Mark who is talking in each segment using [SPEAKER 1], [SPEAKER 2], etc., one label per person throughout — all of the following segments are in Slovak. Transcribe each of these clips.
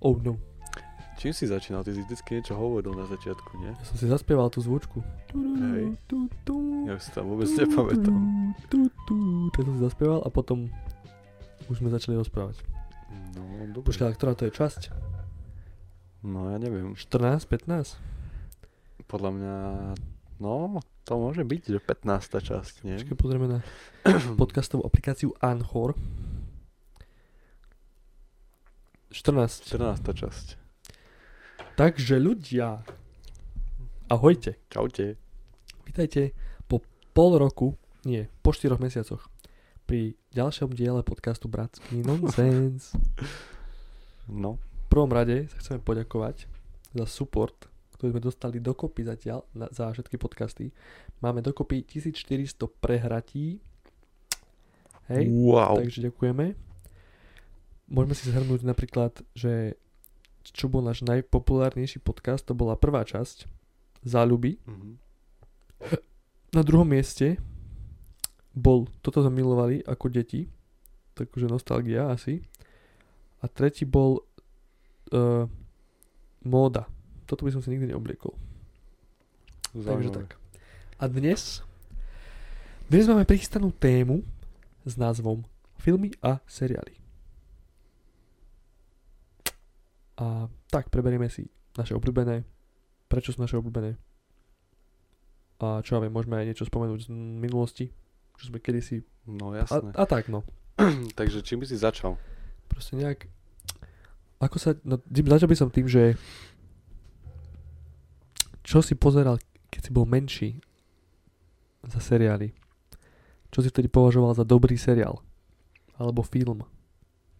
[SPEAKER 1] Oh no.
[SPEAKER 2] Čím si začínal? Ty si vždycky niečo hovoril na začiatku, nie?
[SPEAKER 1] Ja som si zaspieval tú zvučku.
[SPEAKER 2] Hej.
[SPEAKER 1] Tu, tu,
[SPEAKER 2] Ja už si tam vôbec nepamätám.
[SPEAKER 1] tu, tu, Tak som si zaspieval a potom už sme začali rozprávať.
[SPEAKER 2] No, dobre.
[SPEAKER 1] Počkaj, ale ktorá to je časť?
[SPEAKER 2] No, ja neviem.
[SPEAKER 1] 14, 15?
[SPEAKER 2] Podľa mňa... No, to môže byť, že 15. časť, nie?
[SPEAKER 1] Počkaj, pozrieme na podcastovú aplikáciu Anchor. 14.
[SPEAKER 2] 14. časť.
[SPEAKER 1] Takže ľudia, ahojte.
[SPEAKER 2] Čaute.
[SPEAKER 1] Vítajte po pol roku, nie, po 4 mesiacoch pri ďalšom diele podcastu Bratský nonsens.
[SPEAKER 2] No,
[SPEAKER 1] V prvom rade sa chceme poďakovať za support, ktorý sme dostali dokopy zatiaľ na, za všetky podcasty. Máme dokopy 1400 prehratí. Hej.
[SPEAKER 2] wow.
[SPEAKER 1] Takže ďakujeme. Môžeme si zhrnúť napríklad, že čo bol náš najpopulárnejší podcast, to bola prvá časť, Záľuby.
[SPEAKER 2] Mhm.
[SPEAKER 1] Na druhom mieste bol, toto sme milovali ako deti, takže nostalgia asi. A tretí bol uh, móda. Toto by som si nikdy neobliekol. Takže
[SPEAKER 2] Zaujímavé.
[SPEAKER 1] tak. A dnes? Dnes máme prichystanú tému s názvom Filmy a seriály. A tak preberieme si naše obľúbené, prečo sú naše obľúbené. A čo ja viem, môžeme aj niečo spomenúť z minulosti, čo sme kedysi...
[SPEAKER 2] No,
[SPEAKER 1] A,
[SPEAKER 2] jasné.
[SPEAKER 1] a tak no,
[SPEAKER 2] Takže čím by si začal?
[SPEAKER 1] proste nejak... Ako sa... No, tým- začal by som tým, že... Čo si pozeral, keď si bol menší za seriály? Čo si vtedy považoval za dobrý seriál? Alebo film?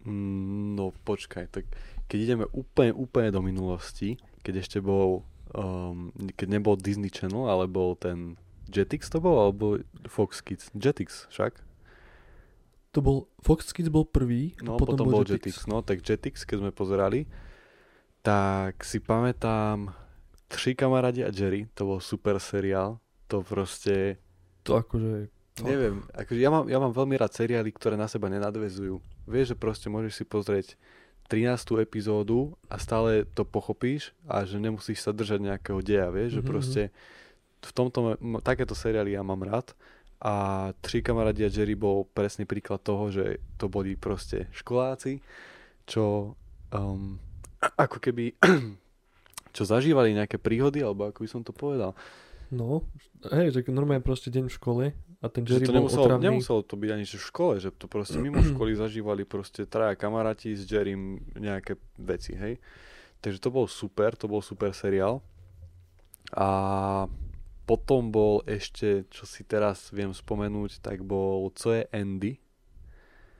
[SPEAKER 2] Mm, No počkaj, tak keď ideme úplne, úplne do minulosti, keď ešte bol, um, keď nebol Disney Channel, ale bol ten Jetix to bol, alebo Fox Kids? Jetix však?
[SPEAKER 1] To bol... Fox Kids bol prvý,
[SPEAKER 2] No potom, potom bol Jetix. No tak Jetix, keď sme pozerali, tak si pamätám Tři kamarádi a Jerry, to bol super seriál, to proste,
[SPEAKER 1] To akože... To-
[SPEAKER 2] neviem, akože ja mám, ja mám veľmi rád seriály, ktoré na seba nenadvezujú. Vieš, že proste môžeš si pozrieť 13. epizódu a stále to pochopíš a že nemusíš sa držať nejakého deja, vieš, že
[SPEAKER 1] Mhm,
[SPEAKER 2] proste v tomto, ma- m- takéto seriály ja mám rád a Tři kamarádi a Jerry bol presný príklad toho, že to boli proste školáci, čo um, ako keby čo zažívali nejaké príhody, alebo ako by som to povedal.
[SPEAKER 1] No, hej, že normálne proste deň v škole a ten Jerry
[SPEAKER 2] že to
[SPEAKER 1] bol
[SPEAKER 2] nemuselo,
[SPEAKER 1] otravný.
[SPEAKER 2] nemuselo to byť ani že v škole, že to proste mimo školy zažívali proste traja kamaráti s Jerrym nejaké veci, hej. Takže to bol super, to bol super seriál. A potom bol ešte, čo si teraz viem spomenúť, tak bol Co je Andy,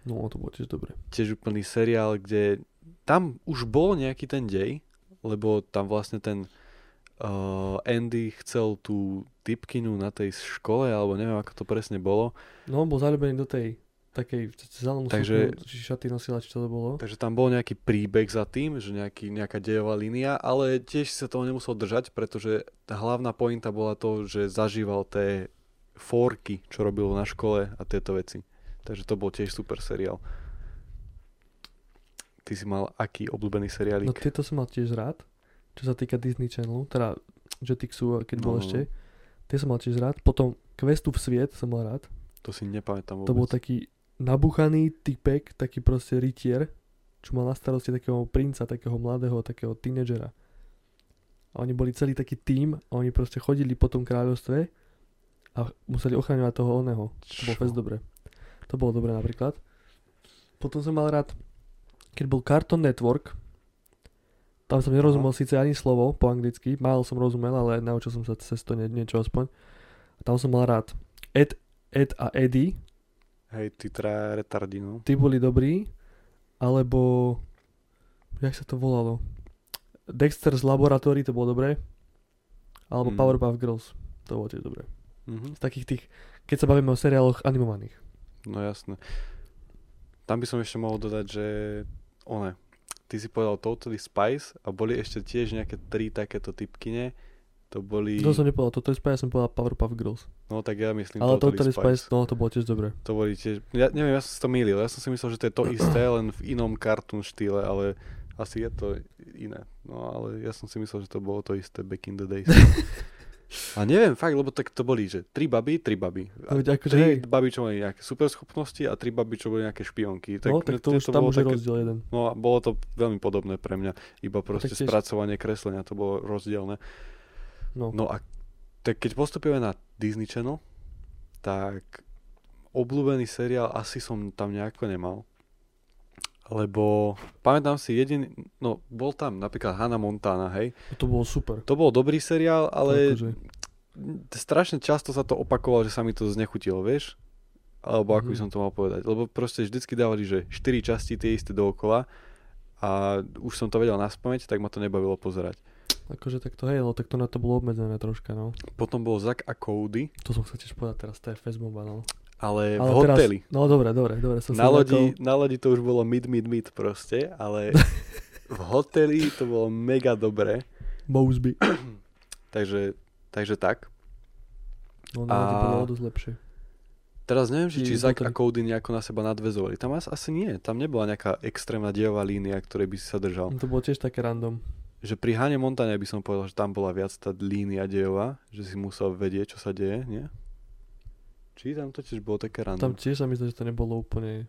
[SPEAKER 1] No, to bolo tiež dobre.
[SPEAKER 2] tiež úplný seriál, kde tam už bol nejaký ten dej, lebo tam vlastne ten uh, Andy chcel tú typkinu na tej škole, alebo neviem ako to presne bolo,
[SPEAKER 1] No, on bol zaľúbený do tej takej v- v- zelenú
[SPEAKER 2] Takže-
[SPEAKER 1] sukňu, či šaty nosila, či to bolo.
[SPEAKER 2] Takže tam bol nejaký príbeh za tým, že nejaký, nejaká dejová línia, ale tiež sa toho nemusel držať, pretože tá hlavná pointa bola to, že zažíval tie forky, čo robil na škole a tieto veci. Takže to bol tiež super seriál. Ty si mal aký obľúbený seriálik?
[SPEAKER 1] No tieto som mal tiež rád, čo sa týka Disney Channel, teda Jetixu, keď bol
[SPEAKER 2] No, no, no.
[SPEAKER 1] ešte. Tie som mal tiež rád. Potom Questu v sviet som mal rád.
[SPEAKER 2] To si nepamätám vôbec.
[SPEAKER 1] To bol taký nabuchaný typek, taký proste rytier, čo mal na starosti takého princa, takého mladého, takého tínedžera. A oni boli celý taký tím a oni proste chodili po tom kráľovstve a museli ochraňovať toho oného. To bolo
[SPEAKER 2] Čo?
[SPEAKER 1] fest dobre. To bolo dobre napríklad. Potom som mal rád, keď bol Cartoon Network, tam som nerozumel síce ani slovo po anglicky, málo som rozumel, ale naučil som sa cez to nie, niečo aspoň. A tam som mal rád Ed, Ed a Eddie,
[SPEAKER 2] Hej, ty traja retardi, no.
[SPEAKER 1] tí boli dobrí, alebo jak sa to volalo? Dexter's Laboratory, to bolo dobré. Alebo
[SPEAKER 2] Mm.
[SPEAKER 1] Powerpuff Girls, to bolo tiež dobré.
[SPEAKER 2] Mhm.
[SPEAKER 1] Z takých tých, keď sa bavíme o seriáloch animovaných.
[SPEAKER 2] No jasné. Tam by som ešte mohol dodať, že one, ty si povedal Totally Spice a boli ešte tiež nejaké tri takéto typkine. To boli...
[SPEAKER 1] To som nepovedal, toto je Spice, ja som povedal Powerpuff Girls.
[SPEAKER 2] No tak ja myslím
[SPEAKER 1] Ale Totally Spice, no to bolo tiež dobré.
[SPEAKER 2] To boli tiež... Ja neviem, ja som si to mýlil. Ja som si myslel, že to je to isté, len v inom cartoon štýle, ale Asi je to iné. No ale ja som si myslel, že to bolo to isté back in the days. A neviem, fakt, lebo tak to boli, že tri baby, tri baby.
[SPEAKER 1] No,
[SPEAKER 2] A
[SPEAKER 1] veď akože, hej.
[SPEAKER 2] tri baby, čo mali nejaké superschopnosti a tri baby, čo boli nejaké špionky.
[SPEAKER 1] no, tak to
[SPEAKER 2] mne
[SPEAKER 1] už tam už
[SPEAKER 2] bolo
[SPEAKER 1] je
[SPEAKER 2] také-
[SPEAKER 1] rozdiel jeden.
[SPEAKER 2] No a bolo to veľmi podobné pre mňa. Iba proste
[SPEAKER 1] tiež-
[SPEAKER 2] spracovanie kreslenia, to bolo rozdielne.
[SPEAKER 1] No.
[SPEAKER 2] No a tak keď postupujeme na Disney Channel, tak obľúbený seriál asi som tam nejako nemal. Lebo pamätám si jediný, no bol tam napríklad Hannah Montana, hej.
[SPEAKER 1] To bolo super.
[SPEAKER 2] To bol dobrý seriál, ale
[SPEAKER 1] Akože,
[SPEAKER 2] strašne často sa to opakovalo, že sa mi to znechutilo, vieš? Alebo ako by
[SPEAKER 1] Mhm.
[SPEAKER 2] som to mal povedať. Lebo proste vždycky dávali, že 4 časti tie isté dookola a už som to vedel naspamäť, tak ma to nebavilo pozerať.
[SPEAKER 1] akože tak to hej, no tak to na to bolo obmedzené troška, no.
[SPEAKER 2] Potom bol Zack a Cody,
[SPEAKER 1] To som chcel tiež povedať teraz, to je Fast Mobile, no.
[SPEAKER 2] ale, v
[SPEAKER 1] Ale teraz-
[SPEAKER 2] hoteli.
[SPEAKER 1] No dobre, dobre, dobre. Som
[SPEAKER 2] Na
[SPEAKER 1] sa
[SPEAKER 2] lodi, na lodi to už bolo mid, mid, mid proste, ale v hoteli to bolo mega dobré.
[SPEAKER 1] zľakol Mosby.
[SPEAKER 2] Takže, takže tak.
[SPEAKER 1] No na lodi
[SPEAKER 2] A-
[SPEAKER 1] bolo o dosť lepšie.
[SPEAKER 2] Teraz neviem, že
[SPEAKER 1] Je
[SPEAKER 2] či
[SPEAKER 1] no to
[SPEAKER 2] Zack
[SPEAKER 1] ten-
[SPEAKER 2] a Cody nejako na seba nadvezovali. Tam as- asi nie. Tam nebola nejaká extrémna dejová línia, ktorej by si sa držal.
[SPEAKER 1] No, to bolo tiež také random.
[SPEAKER 2] že pri Hane Montane by som povedal, že tam bola viac tá línia dejová, že si musel vedieť, čo sa deje, nie? Či tam to tiež bolo také
[SPEAKER 1] Tam
[SPEAKER 2] random.
[SPEAKER 1] tiež sa mi zdá, že to nebolo úplne,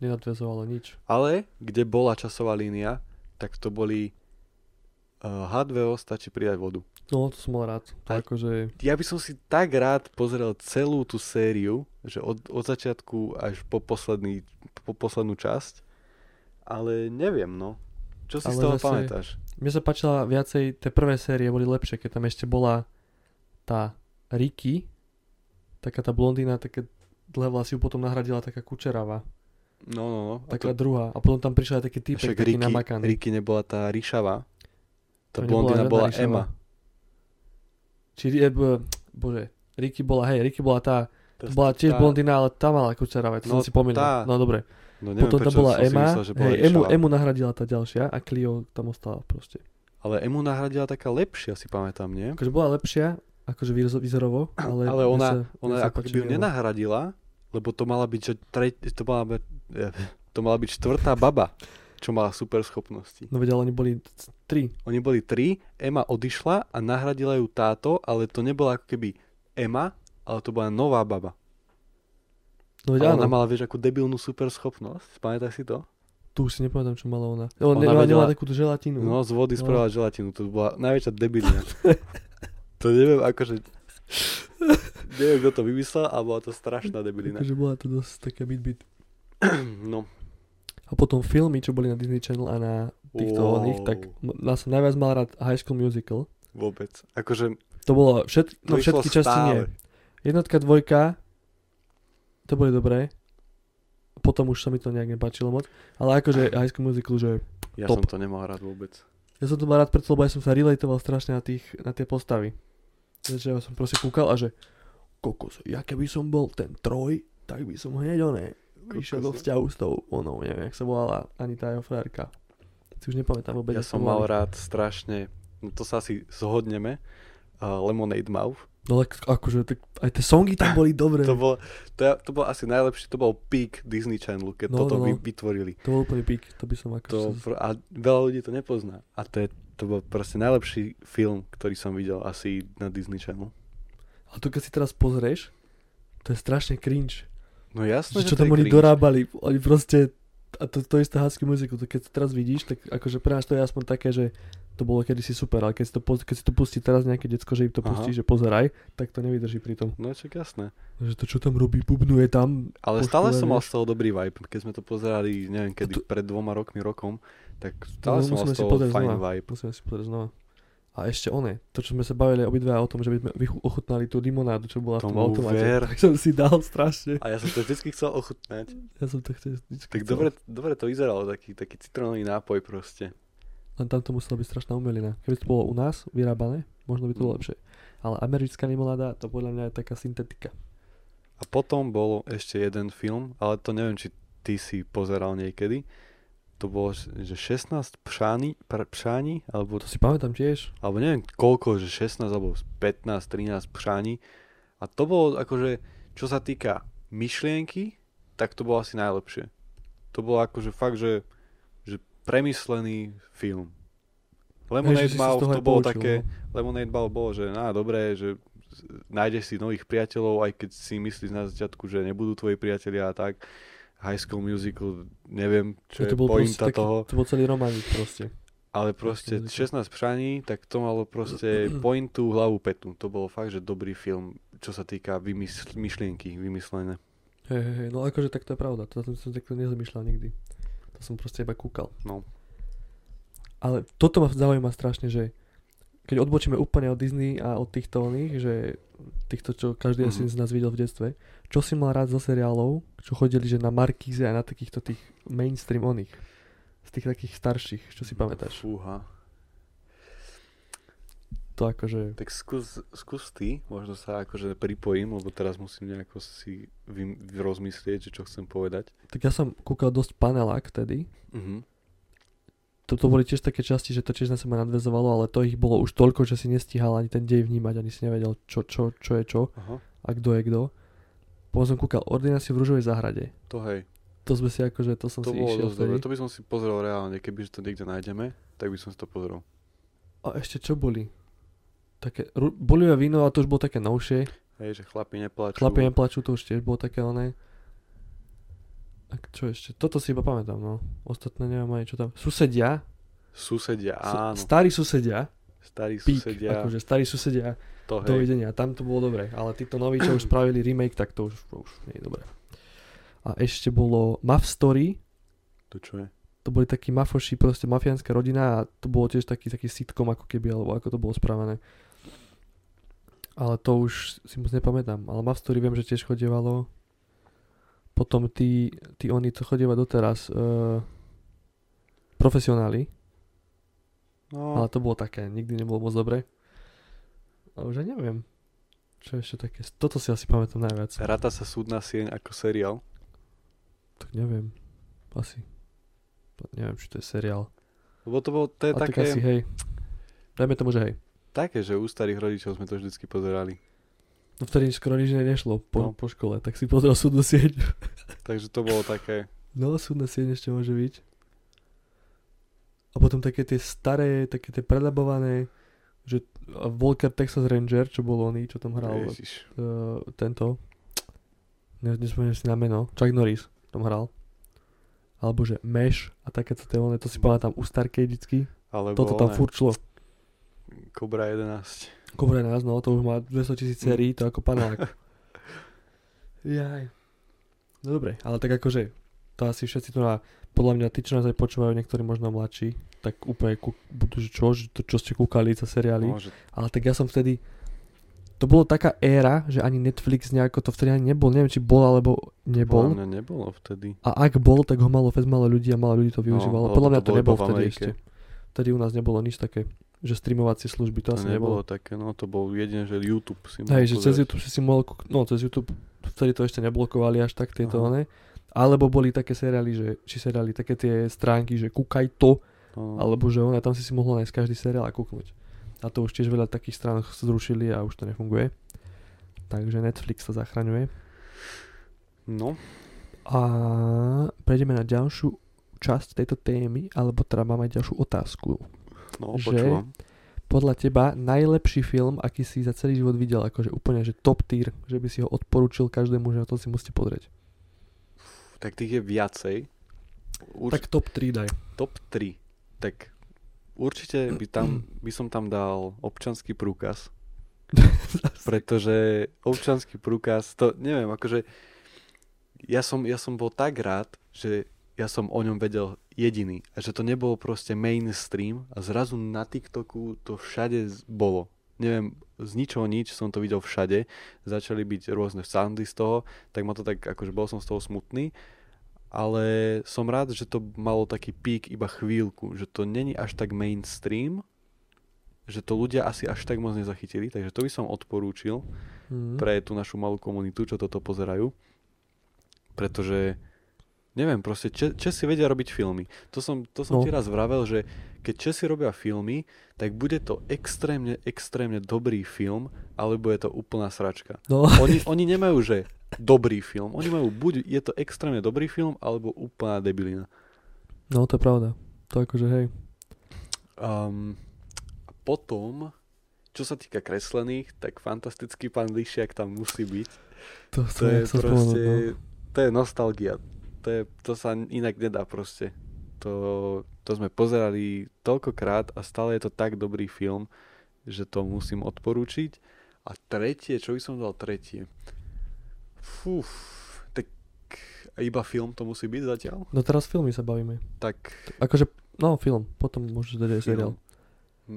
[SPEAKER 1] nenadvezovalo nič.
[SPEAKER 2] Ale kde bola časová línia, tak to boli uh, H2O, stačí pridať vodu.
[SPEAKER 1] No, to som mal rád. To
[SPEAKER 2] A-
[SPEAKER 1] akože,
[SPEAKER 2] Ja by som si tak rád pozrel celú tú sériu, že od, od začiatku až po, posledný, po poslednú časť, ale neviem, no. Čo si
[SPEAKER 1] Ale
[SPEAKER 2] z toho
[SPEAKER 1] zase-
[SPEAKER 2] pamätáš?
[SPEAKER 1] mne sa páčila viacej, tie prvé série boli lepšie, keď tam ešte bola tá Ricky, taká tá blondína, také dlhé vlasy, ju potom nahradila taká kučerava,
[SPEAKER 2] No, no, no. A
[SPEAKER 1] taká druhá. A potom tam prišiel aj taký typek,
[SPEAKER 2] Však
[SPEAKER 1] taký
[SPEAKER 2] Ricky,
[SPEAKER 1] namakaný.
[SPEAKER 2] Ricky nebola tá Ríšava.
[SPEAKER 1] To
[SPEAKER 2] Tá
[SPEAKER 1] nebola
[SPEAKER 2] blondina
[SPEAKER 1] žiadna
[SPEAKER 2] bola
[SPEAKER 1] Ríšava.
[SPEAKER 2] Emma.
[SPEAKER 1] Či, je, eh, bože, Ricky bola, hej, Ricky bola tá,
[SPEAKER 2] Tá-
[SPEAKER 1] to bola tiež
[SPEAKER 2] tá-
[SPEAKER 1] blondina, ale tá mala kučeravé, to som
[SPEAKER 2] No,
[SPEAKER 1] si pomýlil.
[SPEAKER 2] tá.
[SPEAKER 1] No dobre.
[SPEAKER 2] No neviem,
[SPEAKER 1] Potom tam
[SPEAKER 2] prečo
[SPEAKER 1] bola
[SPEAKER 2] som si
[SPEAKER 1] Ema,
[SPEAKER 2] myslel, že bola
[SPEAKER 1] hej, Emu,
[SPEAKER 2] Ríšava.
[SPEAKER 1] Emu nahradila tá ďalšia a Clio tam ostala proste.
[SPEAKER 2] Ale Emu nahradila taká lepšia, si pamätám, nie?
[SPEAKER 1] Akože bola lepšia, akože výzo- výzorovo, ale...
[SPEAKER 2] Ale
[SPEAKER 1] mne
[SPEAKER 2] ona,
[SPEAKER 1] sa- mne
[SPEAKER 2] ona
[SPEAKER 1] sa
[SPEAKER 2] ako
[SPEAKER 1] páči
[SPEAKER 2] keby ju
[SPEAKER 1] Emu.
[SPEAKER 2] nenahradila, lebo to mala byť, že tre, to, mala byť, eh, to mala byť štvrtá baba, čo mala super schopnosti.
[SPEAKER 1] No veď, ale oni boli c- tri.
[SPEAKER 2] Oni boli tri, Ema odišla a nahradila ju táto, ale to nebola ako keby Ema, ale to bola nová baba.
[SPEAKER 1] No veď,
[SPEAKER 2] A
[SPEAKER 1] áno,
[SPEAKER 2] ona mala, vieš, akú debilnú super schopnosť. Pamätáš si to?
[SPEAKER 1] tu už si nepamätám, čo mala ona. Ona,
[SPEAKER 2] Ona
[SPEAKER 1] ona
[SPEAKER 2] vedela-
[SPEAKER 1] nemala takú tú želatínu.
[SPEAKER 2] No, z vody
[SPEAKER 1] No.
[SPEAKER 2] spravila želatinu. To bola najväčšia debilina. to neviem, akože... neviem, kto to vymyslel, ale bola to strašná debilina.
[SPEAKER 1] Takže Akože bola to dosť taká bit-bit.
[SPEAKER 2] No,
[SPEAKER 1] A potom filmy, čo boli na Disney Channel a na týchto
[SPEAKER 2] Wow.
[SPEAKER 1] oných, tak m- ja som najviac mal rád High School Musical.
[SPEAKER 2] vôbec. Akože
[SPEAKER 1] To bolo všet,
[SPEAKER 2] to
[SPEAKER 1] no,
[SPEAKER 2] išlo
[SPEAKER 1] všetky časti nie.
[SPEAKER 2] stále.
[SPEAKER 1] Jednotka, dvojka, to boli dobré. Potom už sa mi to nejak nepáčilo moc. Ale akože High School Musical, že
[SPEAKER 2] Ja
[SPEAKER 1] Top.
[SPEAKER 2] som to nemal rád vôbec.
[SPEAKER 1] ja som to mal rád preto, lebo ja som sa relatoval strašne na, tých, na tie postavy. Takže ja som proste kúkal a že kokos, ja keby som bol ten troj, tak by som hneď oné išiel do
[SPEAKER 2] Kokos.
[SPEAKER 1] vzťahu s tou onou, neviem, jak sa volala, ani tá jeho frajerka. Si už nepamätám vôbec.
[SPEAKER 2] Ja
[SPEAKER 1] jak sa
[SPEAKER 2] som mal
[SPEAKER 1] volali.
[SPEAKER 2] rád strašne, no to sa asi zhodneme, uh, Lemonade Mouth.
[SPEAKER 1] No ale akože, tak, aj tie songy tam boli dobré.
[SPEAKER 2] To bol, to, ja- to bol asi najlepší, to bol peak Disney Channelu, keď
[SPEAKER 1] No,
[SPEAKER 2] toto
[SPEAKER 1] no, no.
[SPEAKER 2] vy- vytvorili.
[SPEAKER 1] To bol úplný pík, to by som
[SPEAKER 2] To,
[SPEAKER 1] akože... To...
[SPEAKER 2] pr- a veľa ľudí to nepozná. A to, je, to bol proste najlepší film, ktorý som videl asi na Disney Channel.
[SPEAKER 1] A to keď si teraz pozrieš, to je strašne cringe.
[SPEAKER 2] No jasné,
[SPEAKER 1] Že
[SPEAKER 2] že,
[SPEAKER 1] čo
[SPEAKER 2] to
[SPEAKER 1] tam
[SPEAKER 2] je
[SPEAKER 1] oni
[SPEAKER 2] cringe.
[SPEAKER 1] dorábali, oni proste, a to, to isté husky muziku, to keď to teraz vidíš, tak akože pre nás to je aspoň také, že to bolo kedysi super, ale keď si to, poz- keď si to pustí teraz nejaké decko, že im to
[SPEAKER 2] Aha.
[SPEAKER 1] pustí, že pozeraj, tak to nevydrží pri tom.
[SPEAKER 2] No čak jasné.
[SPEAKER 1] Že to čo tam robí, bubnuje tam.
[SPEAKER 2] Ale
[SPEAKER 1] Počkaj,
[SPEAKER 2] stále som mal
[SPEAKER 1] vieš.
[SPEAKER 2] z toho dobrý vibe. Keď sme to pozerali, neviem kedy, pred dvoma rokmi, rokom, tak stále
[SPEAKER 1] No,
[SPEAKER 2] som mal
[SPEAKER 1] musíme
[SPEAKER 2] z
[SPEAKER 1] si
[SPEAKER 2] toho
[SPEAKER 1] pozrieť
[SPEAKER 2] fajn
[SPEAKER 1] znova.
[SPEAKER 2] vibe.
[SPEAKER 1] Musíme si pozrieť znova. A ešte one, to čo sme sa bavili obidva o tom, že by sme vychu- ochutnali tú limonádu, čo bola v tom
[SPEAKER 2] Tomu
[SPEAKER 1] automáte.
[SPEAKER 2] ver.
[SPEAKER 1] Tak som si dal strašne.
[SPEAKER 2] A ja som to vždycky chcel ochutnať.
[SPEAKER 1] Ja som to chcel.
[SPEAKER 2] Tak dobre, dobre to vyzeralo, taký, taký citronový nápoj proste.
[SPEAKER 1] Len tam to musela byť strašná umelina. Keby to bolo u nás vyrábané, možno by to bolo
[SPEAKER 2] Mm.
[SPEAKER 1] lepšie. Ale americká limonáda, to podľa mňa je taká syntetika.
[SPEAKER 2] A potom bol ešte jeden film, ale to neviem, či ty si pozeral niekedy. To bolo, že 16 pšáni, pr- pšáni alebo
[SPEAKER 1] To si pamätám tiež.
[SPEAKER 2] alebo neviem koľko, že 16 alebo 15, 13 pšáni. A to bolo akože, čo sa týka myšlienky, tak to bolo asi najlepšie. To bolo akože fakt, že, že premyslený film.
[SPEAKER 1] si sa
[SPEAKER 2] Lemonade
[SPEAKER 1] z
[SPEAKER 2] Mouth
[SPEAKER 1] toho aj
[SPEAKER 2] to bolo
[SPEAKER 1] poučil,
[SPEAKER 2] také,
[SPEAKER 1] no.
[SPEAKER 2] Lemonade Ball bolo, že na dobré, že nájdeš si nových priateľov, aj keď si myslíš na začiatku, že nebudú tvoji priatelia a tak. High School Musical, neviem,
[SPEAKER 1] Že
[SPEAKER 2] čo je pointa
[SPEAKER 1] taký,
[SPEAKER 2] toho.
[SPEAKER 1] to bol celý románik proste.
[SPEAKER 2] Ale
[SPEAKER 1] Proste
[SPEAKER 2] proste
[SPEAKER 1] muzika.
[SPEAKER 2] 16 přání, tak to malo proste pointu, hlavu petu. To bolo fakt, že dobrý film, čo sa týka vymysl- myšlienky, vymyslené.
[SPEAKER 1] Hej, hej, hej, no akože tak to je pravda, to som, som takto nezamýšľal nikdy. To som proste iba kúkal.
[SPEAKER 2] No.
[SPEAKER 1] Ale toto ma zaujíma strašne, že keď odbočíme úplne od Disney a od týchto oných, že týchto, čo každý asi
[SPEAKER 2] Mhm.
[SPEAKER 1] z nás videl v detstve, čo si mal rád zo seriálov, čo chodili, že na Markíze a na takýchto tých mainstream oných, z tých takých starších, čo
[SPEAKER 2] Mhm.
[SPEAKER 1] si pamätáš.
[SPEAKER 2] Fúha.
[SPEAKER 1] To akože,
[SPEAKER 2] Tak skús, skús ty, možno sa akože pripojím, lebo teraz musím nejako si vym- rozmyslieť, že čo chcem povedať.
[SPEAKER 1] tak ja som kúkal dosť panelák vtedy,
[SPEAKER 2] Mhm.
[SPEAKER 1] to, to boli tiež také časti, že to tiež na seba nadvezovalo, ale to ich bolo už toľko, že si nestíhal ani ten dej vnímať, ani si nevedel, čo, čo, čo je čo
[SPEAKER 2] Aha,
[SPEAKER 1] a kto je kto. Potom som kúkal ordináciu v Ružovej záhrade.
[SPEAKER 2] to hej.
[SPEAKER 1] To sme si akože, to som
[SPEAKER 2] To
[SPEAKER 1] si
[SPEAKER 2] bolo
[SPEAKER 1] išiel
[SPEAKER 2] dosť dobré,
[SPEAKER 1] vtedy.
[SPEAKER 2] to by som si pozrel reálne, kebyže to niekde nájdeme, tak by som si to pozrel.
[SPEAKER 1] A ešte čo boli? Také, ru, boli víno, a to už bolo také novšie.
[SPEAKER 2] Hej, že chlapi neplačú.
[SPEAKER 1] Chlapi neplačú, to už tiež bolo také oné. A čo ešte? Toto si iba pamätám, no. Ostatné neviem ani čo tam. Susedia.
[SPEAKER 2] Susedia,
[SPEAKER 1] Su-
[SPEAKER 2] áno.
[SPEAKER 1] Starí susedia.
[SPEAKER 2] Starí
[SPEAKER 1] Pík,
[SPEAKER 2] susedia,
[SPEAKER 1] akože starí susedia.
[SPEAKER 2] to hej.
[SPEAKER 1] Dovidenia, tam to bolo dobre, ale títo noví, čo už spravili remake, tak to už, to už nie je dobre. A ešte bolo Muff Story,
[SPEAKER 2] To čo je?
[SPEAKER 1] to boli takí mafoši, proste mafiánska rodina a to bolo tiež taký, taký sitcom ako keby, alebo ako to bolo spravené. Ale to už si moc nepamätám, ale Muff Story viem, že tiež chodievalo. Potom tí, tí oni, co chodieva doteraz, uh, profesionáli, ale
[SPEAKER 2] No,
[SPEAKER 1] to bolo také, nikdy nebolo moc dobre. Ale už aj neviem. Čo ešte také? Toto si asi pamätám najviac.
[SPEAKER 2] rata sa súdna sieň ako seriál.
[SPEAKER 1] Tak neviem. Asi. To- Neviem, či to je seriál.
[SPEAKER 2] Lebo to bolo, to je
[SPEAKER 1] A tak
[SPEAKER 2] také,
[SPEAKER 1] asi hej. Dajme tomu, že hej.
[SPEAKER 2] také, že u starých rodičov sme to vždycky pozerali.
[SPEAKER 1] No vtedy skoro nič nešlo po,
[SPEAKER 2] No.
[SPEAKER 1] po škole, tak si pozrel súdnu sieť.
[SPEAKER 2] Takže to bolo také,
[SPEAKER 1] No, súdna sieť ešte môže byť. A potom také tie staré, také tie predabované, že a Volker Texas Ranger, čo bol oný, čo tam hral
[SPEAKER 2] ježiš.
[SPEAKER 1] uh, tento, ne, nespomeniem si na meno, Chuck Norris tam hral. Alebo že Mesh a takéto témone, to si pamätám u Starkej vždycky.
[SPEAKER 2] Alebo
[SPEAKER 1] Toto tam
[SPEAKER 2] oné,
[SPEAKER 1] furt šlo.
[SPEAKER 2] Cobra 11.
[SPEAKER 1] Kobre nás, no, to už má 200 tisíc sérií, to ako panák. Jaj. No dobre, ale tak akože, to asi všetci tu na, podľa mňa tí, čo nás aj počúvajú, niektorí možno mladší, tak úplne kú, budú, že čo, že to, čo ste kúkali za seriály.
[SPEAKER 2] No, že
[SPEAKER 1] Ale tak ja som vtedy... To bolo taká éra, že ani Netflix nejako to vtedy ani nebol. Neviem, či bol alebo
[SPEAKER 2] podľa
[SPEAKER 1] nebol.
[SPEAKER 2] mňa nebolo vtedy.
[SPEAKER 1] A ak bol, tak ho malo fest malo ľudí a malo ľudí to využívalo.
[SPEAKER 2] lebo
[SPEAKER 1] Podľa mňa
[SPEAKER 2] No, to
[SPEAKER 1] to,
[SPEAKER 2] bolo iba
[SPEAKER 1] nebolo
[SPEAKER 2] v
[SPEAKER 1] vtedy
[SPEAKER 2] Amerike.
[SPEAKER 1] ešte. Vtedy u nás nebolo nič také, že streamovacie služby, to,
[SPEAKER 2] To,
[SPEAKER 1] asi nebolo.
[SPEAKER 2] nebolo, akože- také, no to bol jedine, že YouTube si mohol
[SPEAKER 1] Hej, že cez
[SPEAKER 2] pozerať.
[SPEAKER 1] YouTube si si mohol, kúk- no cez YouTube, vtedy to ešte neblokovali až tak tieto
[SPEAKER 2] Aha.
[SPEAKER 1] one, alebo boli také seriály, že, či seriály, také tie stránky, že kúkaj to,
[SPEAKER 2] No,
[SPEAKER 1] alebo že ona, tam si si mohla nájsť každý seriál a kúknuť. A to už tiež veľa takých strán zrušili a už to nefunguje. Takže Netflix sa zachraňuje.
[SPEAKER 2] no,
[SPEAKER 1] A prejdeme na ďalšiu časť tejto témy, alebo teda máme aj ďalšiu otázku.
[SPEAKER 2] no
[SPEAKER 1] že-
[SPEAKER 2] počúvam.
[SPEAKER 1] Podľa teba najlepší film, aký si za celý život videl, akože úplne, že top tier, že by si ho odporúčil každému, že to si musíte pozrieť.
[SPEAKER 2] Tak tých je viacej. Urč-
[SPEAKER 1] Tak top 3 daj.
[SPEAKER 2] top 3, tak určite by, tam, by som tam dal občanský prúkaz. pretože občanský prúkaz, to neviem, akože ja som, ja som bol tak rád, že ja som o ňom vedel jediný. A že to nebolo proste mainstream a zrazu na TikToku to všade z- bolo. Neviem, z ničoho nič som to videl všade. Začali byť rôzne soundy z toho, tak ma to tak, akože bol som z toho smutný ale som rád, že to malo taký pík iba chvíľku, že to není až tak mainstream, že to ľudia asi až tak moc nezachytili, takže to by som odporúčil
[SPEAKER 1] Mm.
[SPEAKER 2] pre tú našu malú komunitu, čo toto pozerajú. Pretože, neviem, proste Čes, Česi vedia robiť filmy. To som, to
[SPEAKER 1] No.
[SPEAKER 2] som no. ti raz vravel, že keď Česi robia filmy, tak bude to extrémne, extrémne dobrý film, alebo je to úplná sračka.
[SPEAKER 1] No,
[SPEAKER 2] Oni, oni nemajú, že dobrý film. Oni majú buď je to extrémne dobrý film, alebo úplná debilina.
[SPEAKER 1] no, to je pravda. To akože hej.
[SPEAKER 2] Um, a potom, čo sa týka kreslených, tak fantastický pán Lišiak tam musí byť.
[SPEAKER 1] To,
[SPEAKER 2] To
[SPEAKER 1] som
[SPEAKER 2] je
[SPEAKER 1] nechcel
[SPEAKER 2] proste,
[SPEAKER 1] spomenúť, no.
[SPEAKER 2] to je nostalgia. To, je, to sa inak nedá proste. To, to sme pozerali toľkokrát a stále je to tak dobrý film, že to musím odporúčiť. A tretie, čo by som dal tretie? Fú, tak iba film to musí byť zatiaľ?
[SPEAKER 1] no teraz filmy sa bavíme.
[SPEAKER 2] Tak
[SPEAKER 1] Akože, no film, potom môžeš dať aj seriál.
[SPEAKER 2] film.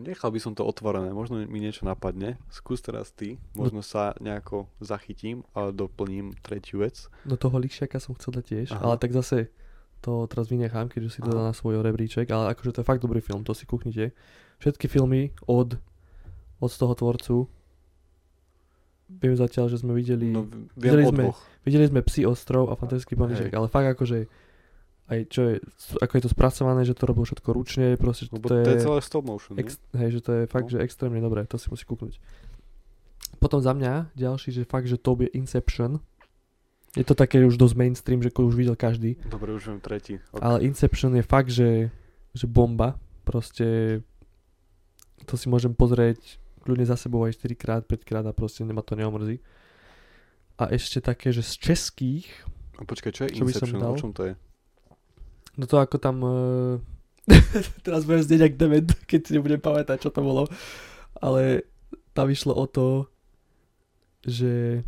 [SPEAKER 2] Nechal by som to otvorené, možno mi niečo napadne. Skús teraz ty,
[SPEAKER 1] No.
[SPEAKER 2] možno sa nejako zachytím a doplním tretiu vec.
[SPEAKER 1] No toho Lišiaka som chcel dať tiež,
[SPEAKER 2] Aha.
[SPEAKER 1] ale tak zase to teraz vynechám, keďže si to dá na svoj rebríček, ale akože to je fakt dobrý film, to si kuchnite. Všetky filmy od, od toho tvorcu, viem zatiaľ, že sme videli, no,
[SPEAKER 2] No, v-
[SPEAKER 1] videli
[SPEAKER 2] viem o
[SPEAKER 1] sme-
[SPEAKER 2] dvoch.
[SPEAKER 1] videli sme Psi ostrov a Fantastický pamiček,
[SPEAKER 2] Hej.
[SPEAKER 1] ale fakt akože aj čo je, ako je to spracované, že to robil všetko ručne, proste že
[SPEAKER 2] Lebo
[SPEAKER 1] to je,
[SPEAKER 2] celé stop motion,
[SPEAKER 1] ex,
[SPEAKER 2] ex-
[SPEAKER 1] hej, že to je fakt,
[SPEAKER 2] Mhm. No.
[SPEAKER 1] že extrémne dobré, to si musí kúknuť. Potom za mňa ďalší, že fakt, že top je Inception. Je to také už dosť mainstream, že ko- už videl každý.
[SPEAKER 2] Dobre, už viem tretí. Ok.
[SPEAKER 1] Ale Inception je fakt, že, že bomba. Proste to si môžem pozrieť kľudne za sebou aj 4 krát, 5 krát a proste ma to neomrzí. A ešte také, že z českých,
[SPEAKER 2] A počkaj, čo je
[SPEAKER 1] čo by som
[SPEAKER 2] Inception?
[SPEAKER 1] dal?
[SPEAKER 2] O čom to je?
[SPEAKER 1] no to ako tam... eh, teraz budem znieť jak dement, keď si nebudem pamätať, čo to bolo. Ale tam išlo o to, že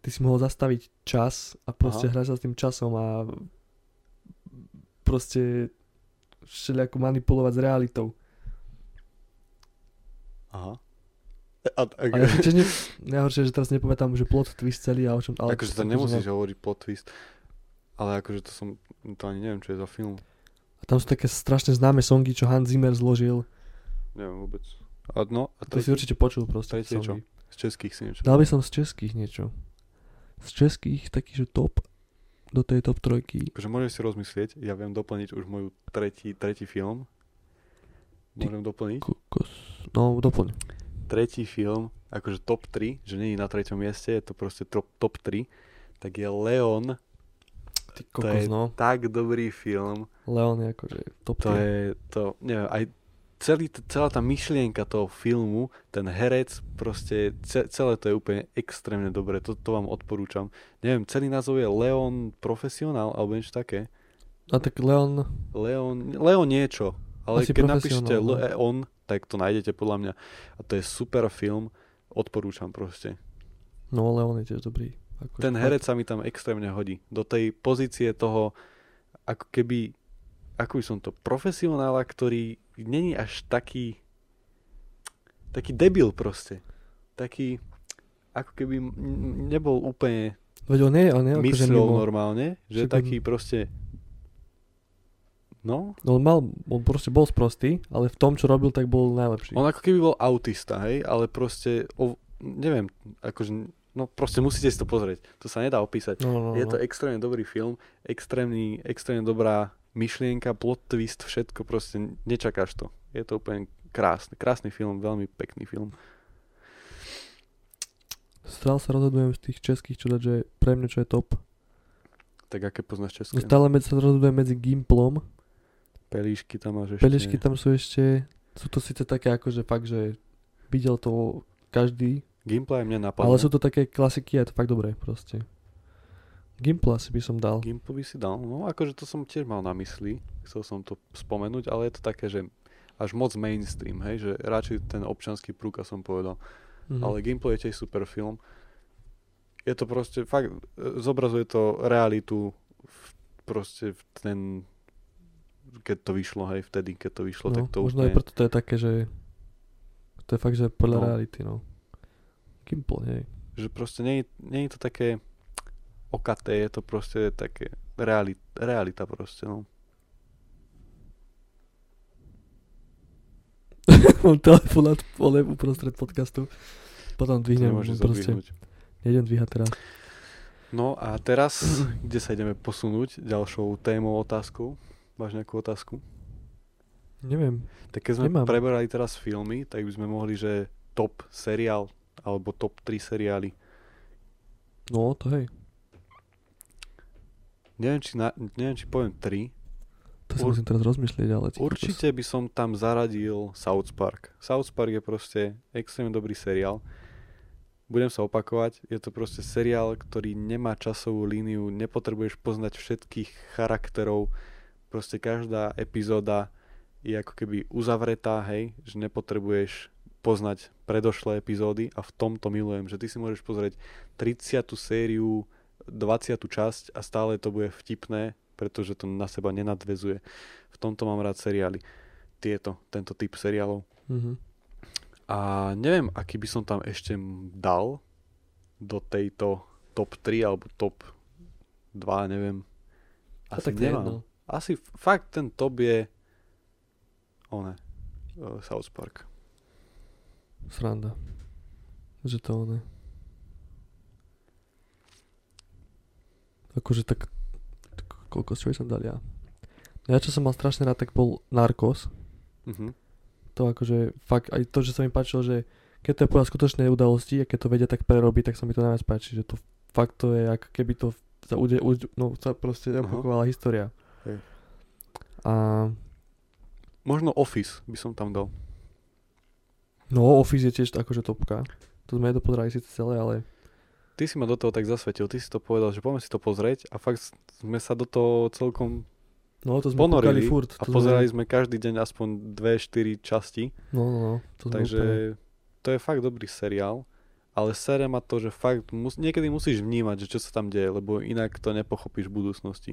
[SPEAKER 1] ty si mohol zastaviť čas a proste
[SPEAKER 2] Aha.
[SPEAKER 1] hrať sa s tým časom a proste všelijako manipulovať s realitou.
[SPEAKER 2] Aha. A, a,
[SPEAKER 1] A ja si tiež ne... najhoršie, že teraz nepamätám, že plot twist celý a o čom... Ale
[SPEAKER 2] akože to nemusíš hovoriť plot twist. Ale akože to som, to ani neviem, čo je za film.
[SPEAKER 1] A tam sú také strašne známe songy, čo Hans Zimmer zložil.
[SPEAKER 2] Neviem vôbec. A, no, a
[SPEAKER 1] To si
[SPEAKER 2] tretí,
[SPEAKER 1] určite počul proste.
[SPEAKER 2] tretie
[SPEAKER 1] songy.
[SPEAKER 2] z českých si niečo.
[SPEAKER 1] Dal by som z českých niečo. Z českých taký, že top do tej top trojky.
[SPEAKER 2] Akože môžeš si rozmyslieť, ja viem doplniť už môj tretí, tretí film.
[SPEAKER 1] Ty
[SPEAKER 2] Môžem doplniť.
[SPEAKER 1] Kokos. No, doplň.
[SPEAKER 2] Tretí film, akože top 3, že není na treťom mieste, je to proste top, top 3, tak je Leon,
[SPEAKER 1] Ty
[SPEAKER 2] to je
[SPEAKER 1] kokos, no.
[SPEAKER 2] tak dobrý film.
[SPEAKER 1] Leon je akože top
[SPEAKER 2] To je to, neviem, aj celý, t- celá tá myšlienka toho filmu, ten herec, proste ce, celé to je úplne extrémne dobré, to, to vám odporúčam. Neviem, celý názov je Leon Profesionál, alebo niečo také.
[SPEAKER 1] A tak Leon,
[SPEAKER 2] Leon, Leon niečo, ale
[SPEAKER 1] Asi
[SPEAKER 2] Asi keď napíšete
[SPEAKER 1] Profesionál, no.
[SPEAKER 2] Leon, tak to nájdete podľa mňa. A to je super film, odporúčam proste.
[SPEAKER 1] no Leon je tiež dobrý. Akože
[SPEAKER 2] Ten herec sa mi tam extrémne hodí. Do tej pozície toho, ako keby, ako by som to, profesionála, ktorý není až taký, taký debil proste. Taký, ako keby m- m- nebol úplne
[SPEAKER 1] Veď on nie, on nie, akože
[SPEAKER 2] mysľou
[SPEAKER 1] mimo.
[SPEAKER 2] normálne, že
[SPEAKER 1] Však on-
[SPEAKER 2] taký proste, no,
[SPEAKER 1] No, On mal, on proste bol sprostý, ale v tom, čo robil, tak bol najlepší.
[SPEAKER 2] on ako keby bol autista, hej, ale proste, o, neviem, akože, no proste musíte si to pozrieť, to sa nedá opísať.
[SPEAKER 1] No, no, no.
[SPEAKER 2] Je to extrémne dobrý film, extrémny, extrémne dobrá myšlienka, plot twist, všetko proste, nečakáš to. Je to úplne krásny, krásny film, veľmi pekný film.
[SPEAKER 1] Stále sa rozhodujem z tých českých, čo dať, že pre mňa čo je top.
[SPEAKER 2] Tak aké poznáš
[SPEAKER 1] No
[SPEAKER 2] české?
[SPEAKER 1] stále med- sa rozhodujem medzi Gimplom.
[SPEAKER 2] Pelíšky tam máš ešte.
[SPEAKER 1] Pelešky tam sú ešte, sú to síce také ako, že fakt, že videl to každý,
[SPEAKER 2] Gimple aj mne napadlo.
[SPEAKER 1] ale sú to také klasiky a je to fakt dobré proste. Gimpla si by som dal.
[SPEAKER 2] Gimple by si dal, no akože to som tiež mal na mysli, chcel som to spomenúť, ale je to také, že až moc mainstream, hej, že radšej ten občanský prúka som povedal.
[SPEAKER 1] Mhm.
[SPEAKER 2] ale gameplay je tiež super film. Je to proste, fakt, e, zobrazuje to realitu v, proste v ten, keď to vyšlo, hej, vtedy, keď to vyšlo,
[SPEAKER 1] no,
[SPEAKER 2] tak to
[SPEAKER 1] možno aj preto to je také, že to je fakt, že podľa
[SPEAKER 2] No.
[SPEAKER 1] reality, no. Gimple, hej.
[SPEAKER 2] že proste nie, nie je to také okaté, je to proste také reali, realita proste, no.
[SPEAKER 1] Mám telefonát vole, uprostred podcastu. Potom
[SPEAKER 2] To
[SPEAKER 1] dvihnem,
[SPEAKER 2] nemôžeš
[SPEAKER 1] proste,
[SPEAKER 2] zadvihnúť.
[SPEAKER 1] nejdem dvíhať teraz.
[SPEAKER 2] No a teraz, kde sa ideme posunúť ďalšou témou, otázkou? Máš nejakú otázku?
[SPEAKER 1] Neviem,
[SPEAKER 2] Tak keď sme
[SPEAKER 1] Nemám.
[SPEAKER 2] preberali teraz filmy, tak by sme mohli, že top seriál alebo top 3 seriály.
[SPEAKER 1] no to hej.
[SPEAKER 2] Neviem, či, na, neviem, či poviem 3,
[SPEAKER 1] To si
[SPEAKER 2] Ur-
[SPEAKER 1] musím teraz rozmýšľať, ale... ty kokos.
[SPEAKER 2] Určite by som tam zaradil South Park. South Park je proste extrémne dobrý seriál. Budem sa opakovať, je to proste seriál, ktorý nemá časovú líniu, nepotrebuješ poznať všetkých charakterov, proste každá epizóda je ako keby uzavretá, hej, že nepotrebuješ poznať predošlé epizódy a v tomto milujem, že ty si môžeš pozrieť 30. sériu, 20. časť a stále to bude vtipné, pretože to na seba nenadvezuje. V tomto mám rád seriály. Tieto, tento typ seriálov.
[SPEAKER 1] Mhm.
[SPEAKER 2] A neviem, aký by som tam ešte m- dal do tejto top 3 alebo top 2, neviem.
[SPEAKER 1] A tak to je jedno.
[SPEAKER 2] Asi f- fakt ten top je one, eh, South Park.
[SPEAKER 1] Sranda. Že to ono. Akože tak, tak koľko z čo som dal ja? No Ja čo som mal strašne rád, tak bol Narcos.
[SPEAKER 2] Mhm.
[SPEAKER 1] To akože fakt, aj to, že sa mi páčilo, že keď to je podľa skutočnej udalosti a keď to vedia tak prerobiť, tak sa mi to najviac páči, že to fakt to je, ako keby to sa, ude, ude, no, sa proste
[SPEAKER 2] Aha.
[SPEAKER 1] opakovala história.
[SPEAKER 2] Hej.
[SPEAKER 1] A
[SPEAKER 2] Možno Office by som tam dal.
[SPEAKER 1] no Office je tiež akože topka. To sme nepodrali síce celé, ale
[SPEAKER 2] Ty si ma do toho tak zasvetil, ty si to povedal, že poďme si to pozrieť a fakt s- sme sa do toho celkom
[SPEAKER 1] no to sme kúkali
[SPEAKER 2] ponorili
[SPEAKER 1] furt.
[SPEAKER 2] a
[SPEAKER 1] to
[SPEAKER 2] pozerali
[SPEAKER 1] sme,
[SPEAKER 2] sme každý deň aspoň 2-4 časti.
[SPEAKER 1] No, no, no. To sme
[SPEAKER 2] Takže
[SPEAKER 1] úplne-
[SPEAKER 2] to je fakt dobrý seriál, ale sere ma to, že fakt mus, niekedy musíš vnímať, že čo sa tam deje, lebo inak to nepochopíš v budúcnosti.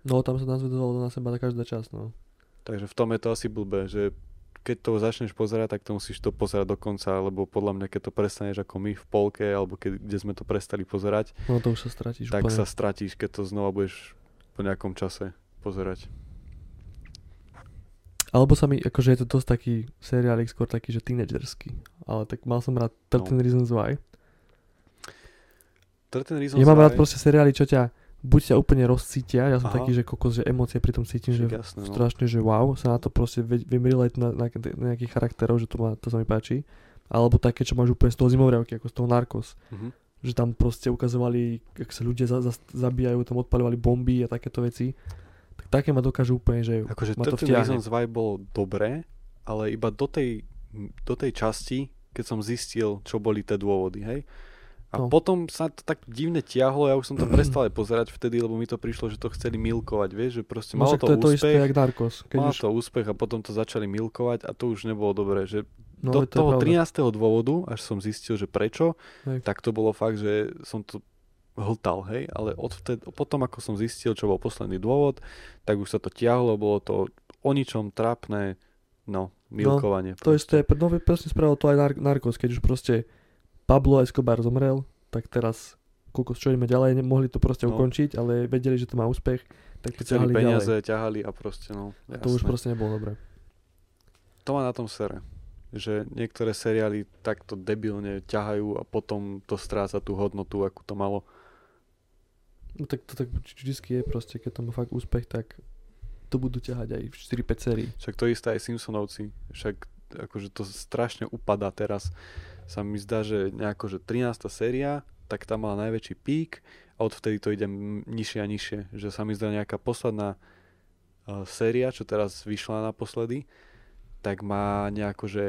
[SPEAKER 1] No, tam sa nazvedovalo na seba na každá časť, no.
[SPEAKER 2] Takže v tom je to asi blbé, že keď to začneš pozerať, tak to musíš to pozerať do konca, lebo podľa mňa, keď to prestaneš ako my v polke, alebo keď, kde sme to prestali pozerať,
[SPEAKER 1] No to už sa stratíš
[SPEAKER 2] tak
[SPEAKER 1] úplne.
[SPEAKER 2] sa stratíš, keď to znova budeš po nejakom čase pozerať.
[SPEAKER 1] Alebo sa mi, akože je to dosť taký seriálik, skôr taký, že tínedžerský. Ale tak mal som
[SPEAKER 2] No.
[SPEAKER 1] rád 13 Reasons Why.
[SPEAKER 2] Ten Reasons
[SPEAKER 1] Ja mám
[SPEAKER 2] Why-
[SPEAKER 1] rád proste seriály, čo ťa buď ťa úplne rozcítia, ja som
[SPEAKER 2] Aha.
[SPEAKER 1] taký, že kokos, že emócie pri tom cítim, že
[SPEAKER 2] Však jasné, no.
[SPEAKER 1] strašne, že wow, sa na to proste ve- viem relate na, na, na nejakých charakterov, že to, ma, to sa mi páči. Alebo také, čo máš úplne z toho zimovrávky, ako z toho narkos.
[SPEAKER 2] Mhm.
[SPEAKER 1] že tam proste ukazovali, ak sa ľudia za, za, zabíjajú, tam odpaľovali bomby a takéto veci. Tak také ma dokážu úplne, že...
[SPEAKER 2] Akože
[SPEAKER 1] ma to
[SPEAKER 2] 13
[SPEAKER 1] vtiahne.
[SPEAKER 2] Reasons Why bolo dobré, ale iba do tej, do tej časti, keď som zistil, čo boli tie dôvody, hej. A
[SPEAKER 1] No.
[SPEAKER 2] potom sa to tak divne tiahlo, ja už som to prestal aj pozerať vtedy, lebo mi to prišlo, že to chceli milkovať, vieš, že proste
[SPEAKER 1] No
[SPEAKER 2] malo
[SPEAKER 1] však
[SPEAKER 2] to,
[SPEAKER 1] to je to isté,
[SPEAKER 2] úspech,
[SPEAKER 1] jak Narcos. Keď už,
[SPEAKER 2] malo to úspech a potom to začali milkovať a to už nebolo dobré, že
[SPEAKER 1] no,
[SPEAKER 2] do
[SPEAKER 1] veď to je
[SPEAKER 2] toho
[SPEAKER 1] pravda.
[SPEAKER 2] 13. dôvodu, až som zistil, že prečo,
[SPEAKER 1] Hej.
[SPEAKER 2] tak to bolo fakt, že som to hltal, hej, ale odvtedy, potom ako som zistil, čo bol posledný dôvod, tak už sa to tiahlo, bolo to o ničom trápne, no, milkovanie.
[SPEAKER 1] To isté, pre- no presne spravil to aj Nar- Narcos, keď už proste Pablo Escobar zomrel, tak teraz kokos, čo ideme ďalej, nemohli to proste
[SPEAKER 2] No.
[SPEAKER 1] ukončiť, ale vedeli, že to má úspech, tak to
[SPEAKER 2] Chceli
[SPEAKER 1] ťahali
[SPEAKER 2] peniaze,
[SPEAKER 1] ďalej.
[SPEAKER 2] ťahali a proste, no,
[SPEAKER 1] A
[SPEAKER 2] jasné.
[SPEAKER 1] to už proste nebolo dobré.
[SPEAKER 2] to má na tom sere, že niektoré seriály takto debilne ťahajú a potom to stráca tú hodnotu, akú to malo.
[SPEAKER 1] No tak to tak vždycky je proste, keď to má fakt úspech, tak to budú ťahať aj v 4-5 sérií.
[SPEAKER 2] Však to isté aj Simpsonovci. Však akože to strašne upadá teraz. Sa mi zdá, že nejako, že 13. séria, tak tam mala najväčší pík a odvtedy to ide m- nižšie a nižšie. Že sa mi zdá nejaká posledná eh, séria, čo teraz vyšla naposledy, tak má nejako, že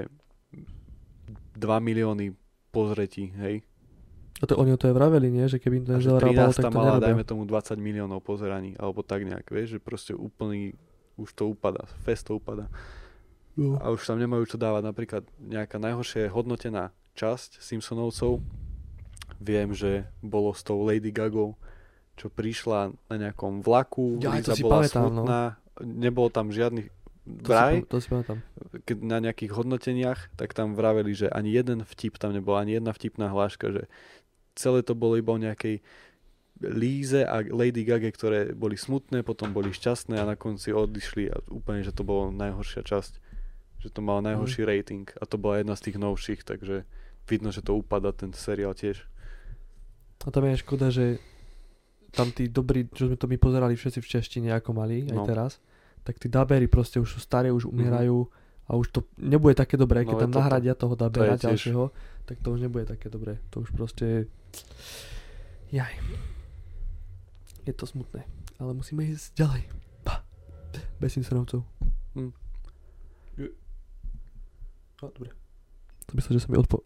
[SPEAKER 2] 2 milióny pozretí, hej.
[SPEAKER 1] A to, oni o to aj vraveli, nie? Že keby im to
[SPEAKER 2] A že
[SPEAKER 1] nezarábalo,
[SPEAKER 2] 13.
[SPEAKER 1] tak to
[SPEAKER 2] mala,
[SPEAKER 1] nerobia.
[SPEAKER 2] dajme tomu, 20 miliónov pozeraní, alebo tak nejak, vieš, že proste úplný, už to upada, fest to upada.
[SPEAKER 1] No.
[SPEAKER 2] A už tam nemajú čo dávať. Napríklad nejaká najhoršie hodnotená časť Simpsonovcov. Viem, že bolo s tou Lady Gagou, čo prišla na nejakom vlaku,
[SPEAKER 1] Ja, to
[SPEAKER 2] Liza
[SPEAKER 1] si
[SPEAKER 2] bola
[SPEAKER 1] pamätám, no.
[SPEAKER 2] smutná, nebolo tam žiadnych
[SPEAKER 1] To si,
[SPEAKER 2] vraj,
[SPEAKER 1] pam- to si pamätám.
[SPEAKER 2] keď na nejakých hodnoteniach, tak tam vraveli, že ani jeden vtip tam nebol, ani jedna vtipná hláška, že celé to bolo iba o nejakej Líze a Lady Gaga, ktoré boli smutné, potom boli šťastné a na konci odišli a úplne, že to bolo najhoršia časť. Že to mal najhorší
[SPEAKER 1] Mhm.
[SPEAKER 2] rating a to bola jedna z tých novších, takže vidno, že to upada ten seriál tiež.
[SPEAKER 1] A tam je aj škoda, že tam tí dobrí, čo sme to my pozerali všetci v češtine, ako mali, aj
[SPEAKER 2] No. Mhm.
[SPEAKER 1] teraz, tak tí dabery proste už sú staré, už umierajú a už to nebude také dobré, keď
[SPEAKER 2] No, je
[SPEAKER 1] tam
[SPEAKER 2] toto.
[SPEAKER 1] nahradia toho dabera
[SPEAKER 2] je tiež-
[SPEAKER 1] ďalšieho, tak to už nebude také dobré. To už proste je... Jaj. Je to smutné. Ale musíme ísť ďalej. Bez Simpsonovcov.
[SPEAKER 2] Hm.
[SPEAKER 1] No, dobre. To myslím, že sa mi odpo...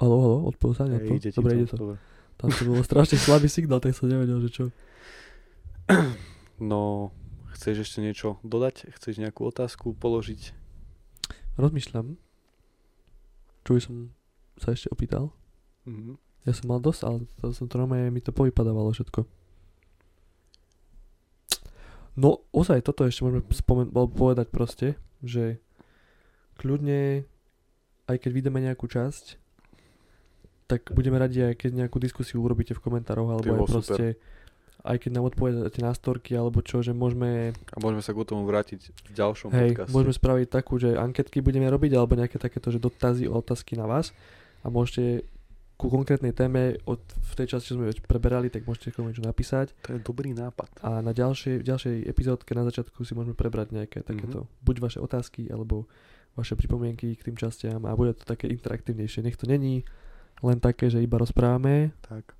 [SPEAKER 1] Halo, halo, odpovedal sa?
[SPEAKER 2] Hej,
[SPEAKER 1] Neodpo...
[SPEAKER 2] ide ti
[SPEAKER 1] Dobre, ide to.
[SPEAKER 2] Dobre.
[SPEAKER 1] Tam to bolo strašne slabý signál, tak som nevedel, že čo.
[SPEAKER 2] No, chceš ešte niečo dodať? Chceš nejakú otázku položiť?
[SPEAKER 1] Rozmýšľam, čo by som sa ešte opýtal.
[SPEAKER 2] Mhm.
[SPEAKER 1] Ja som mal dosť, ale to som to normálne, mi to povypadávalo všetko. No, ozaj, toto ešte môžeme spomen- bol- povedať proste, že kľudne, aj keď vydáme nejakú časť, tak budeme radi, aj keď nejakú diskusiu urobíte v komentároch,
[SPEAKER 2] Ty
[SPEAKER 1] alebo aj
[SPEAKER 2] bol super.
[SPEAKER 1] proste, aj keď nám odpovedáte na storky, alebo čo, že môžeme
[SPEAKER 2] A môžeme sa k tomu vrátiť v ďalšom
[SPEAKER 1] Hej,
[SPEAKER 2] podcaste.
[SPEAKER 1] môžeme spraviť takú, že anketky budeme robiť, alebo nejaké takéto, že dotazy, otázky na vás a môžete ku konkrétnej téme od, v tej časti, čo sme preberali, tak môžete k tomu niečo napísať
[SPEAKER 2] To je dobrý nápad.
[SPEAKER 1] a na ďalšej, v ďalšej epizódke na začiatku si môžeme prebrať
[SPEAKER 2] Mhm.
[SPEAKER 1] nejaké takéto, buď vaše otázky, alebo vaše pripomienky k tým častiam a bude to také interaktívnejšie. Nech to není len také, že iba rozprávame,
[SPEAKER 2] Tak.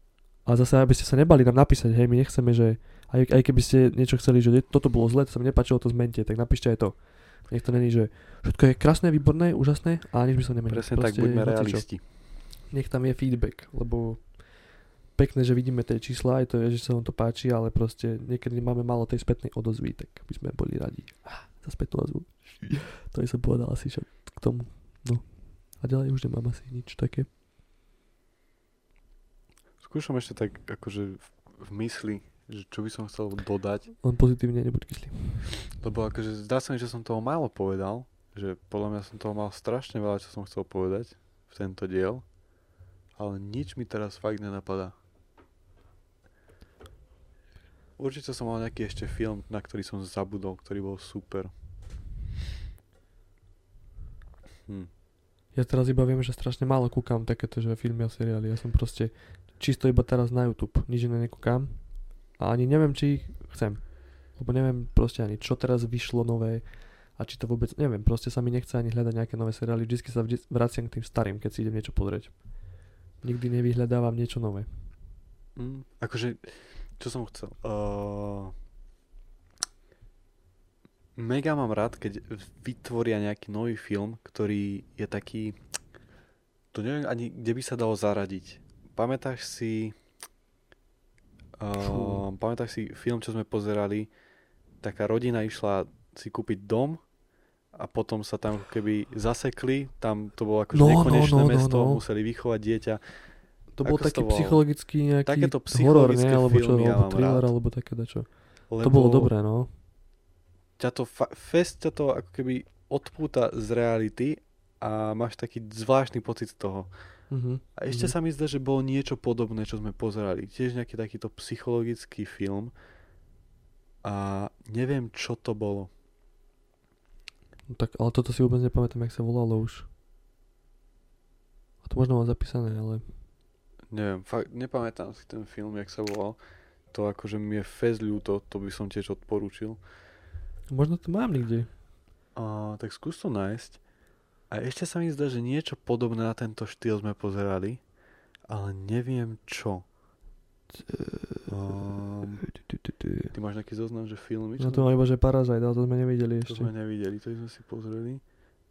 [SPEAKER 1] a zase, aby ste sa nebali nám napísať, hej, my nechceme, že aj, aj keby ste niečo chceli, že toto bolo zle, to sa mi nepáčilo, to zmente, tak napíšte aj to. Nech to není, že všetko je krásne, výborné, úžasné, ale nič by som nemenil.
[SPEAKER 2] Presne tak, buďme
[SPEAKER 1] hocičo.
[SPEAKER 2] realisti.
[SPEAKER 1] Nech tam je feedback, lebo pekné, že vidíme tie čísla, aj to je, že sa vám to páči, ale proste niekedy máme málo tej spätnej odozvy, tak by sme boli radi. Ah, Za spätnú odozvu. To by som povedal asi čo k tomu. No. A ďalej už nemám asi nič také.
[SPEAKER 2] Skúšam ešte tak akože v, v mysli, že čo by som chcel dodať,
[SPEAKER 1] Len pozitívne, nebuď kyslý.
[SPEAKER 2] lebo akože zdá sa mi, že som toho málo povedal, že podľa mňa som toho mal strašne veľa, čo som chcel povedať v tento diel, ale nič mi teraz fakt nenapadá. Určite som mal nejaký ešte film, na ktorý som zabudol, ktorý bol super. Hm.
[SPEAKER 1] Ja teraz iba viem, že strašne málo kúkam takéto že filmy a seriály. Ja som proste čisto iba teraz na YouTube. Nič iné nekúkam. A ani neviem, či chcem. Lebo neviem proste ani, čo teraz vyšlo nové a či to vôbec, neviem, proste sa mi nechce ani hľadať nejaké nové seriály, vždycky sa vždy vraciam k tým starým, keď si idem niečo pozrieť. Nikdy nevyhľadávam niečo nové.
[SPEAKER 2] Mm, akože, čo som chcel? Uh, mega mám rád, keď vytvoria nejaký nový film, ktorý je taký... To neviem ani, kde by sa dalo zaradiť. Pamätáš si... Uh,
[SPEAKER 1] Fú.
[SPEAKER 2] pamätáš si film, čo sme pozerali? Taká rodina išla si kúpiť dom a potom sa tam ako keby zasekli, tam to bolo akože
[SPEAKER 1] No, no,
[SPEAKER 2] nekonečné
[SPEAKER 1] no, no,
[SPEAKER 2] mesto,
[SPEAKER 1] no.
[SPEAKER 2] museli vychovať dieťa.
[SPEAKER 1] To bol
[SPEAKER 2] Ako sa
[SPEAKER 1] taký
[SPEAKER 2] to volalo?
[SPEAKER 1] psychologický nejaký
[SPEAKER 2] Takéto
[SPEAKER 1] horor, ne?
[SPEAKER 2] psychologické
[SPEAKER 1] Alebo čo,
[SPEAKER 2] filmy ja
[SPEAKER 1] alebo
[SPEAKER 2] mám
[SPEAKER 1] thriller,
[SPEAKER 2] rád.
[SPEAKER 1] alebo také dačo. To bolo dobré, no.
[SPEAKER 2] ťa to, fa- fest ťa to ako keby odpúta z reality a máš taký zvláštny pocit z toho.
[SPEAKER 1] Mhm.
[SPEAKER 2] A ešte
[SPEAKER 1] Mhm.
[SPEAKER 2] sa mi zdá, že bolo niečo podobné, čo sme pozerali. Tiež nejaký takýto psychologický film a neviem, čo to bolo.
[SPEAKER 1] No tak, ale toto si vôbec nepamätám, jak sa volalo už. A to možno mám zapísané, ale...
[SPEAKER 2] Neviem, fakt nepamätám si ten film, jak sa volal. To akože mi je fest ľúto, to by som tiež odporúčil.
[SPEAKER 1] Možno to mám niekde.
[SPEAKER 2] A, tak skús to nájsť. A ešte sa mi zdá, že niečo podobné na tento štýl sme pozerali, ale neviem čo. Um, Ty máš nejaký zoznam, že filmy?
[SPEAKER 1] No
[SPEAKER 2] čo
[SPEAKER 1] to mám
[SPEAKER 2] sme-
[SPEAKER 1] iba, že Parazite, ale to sme nevideli
[SPEAKER 2] to sme
[SPEAKER 1] ešte.
[SPEAKER 2] nevideli, to sme si pozreli.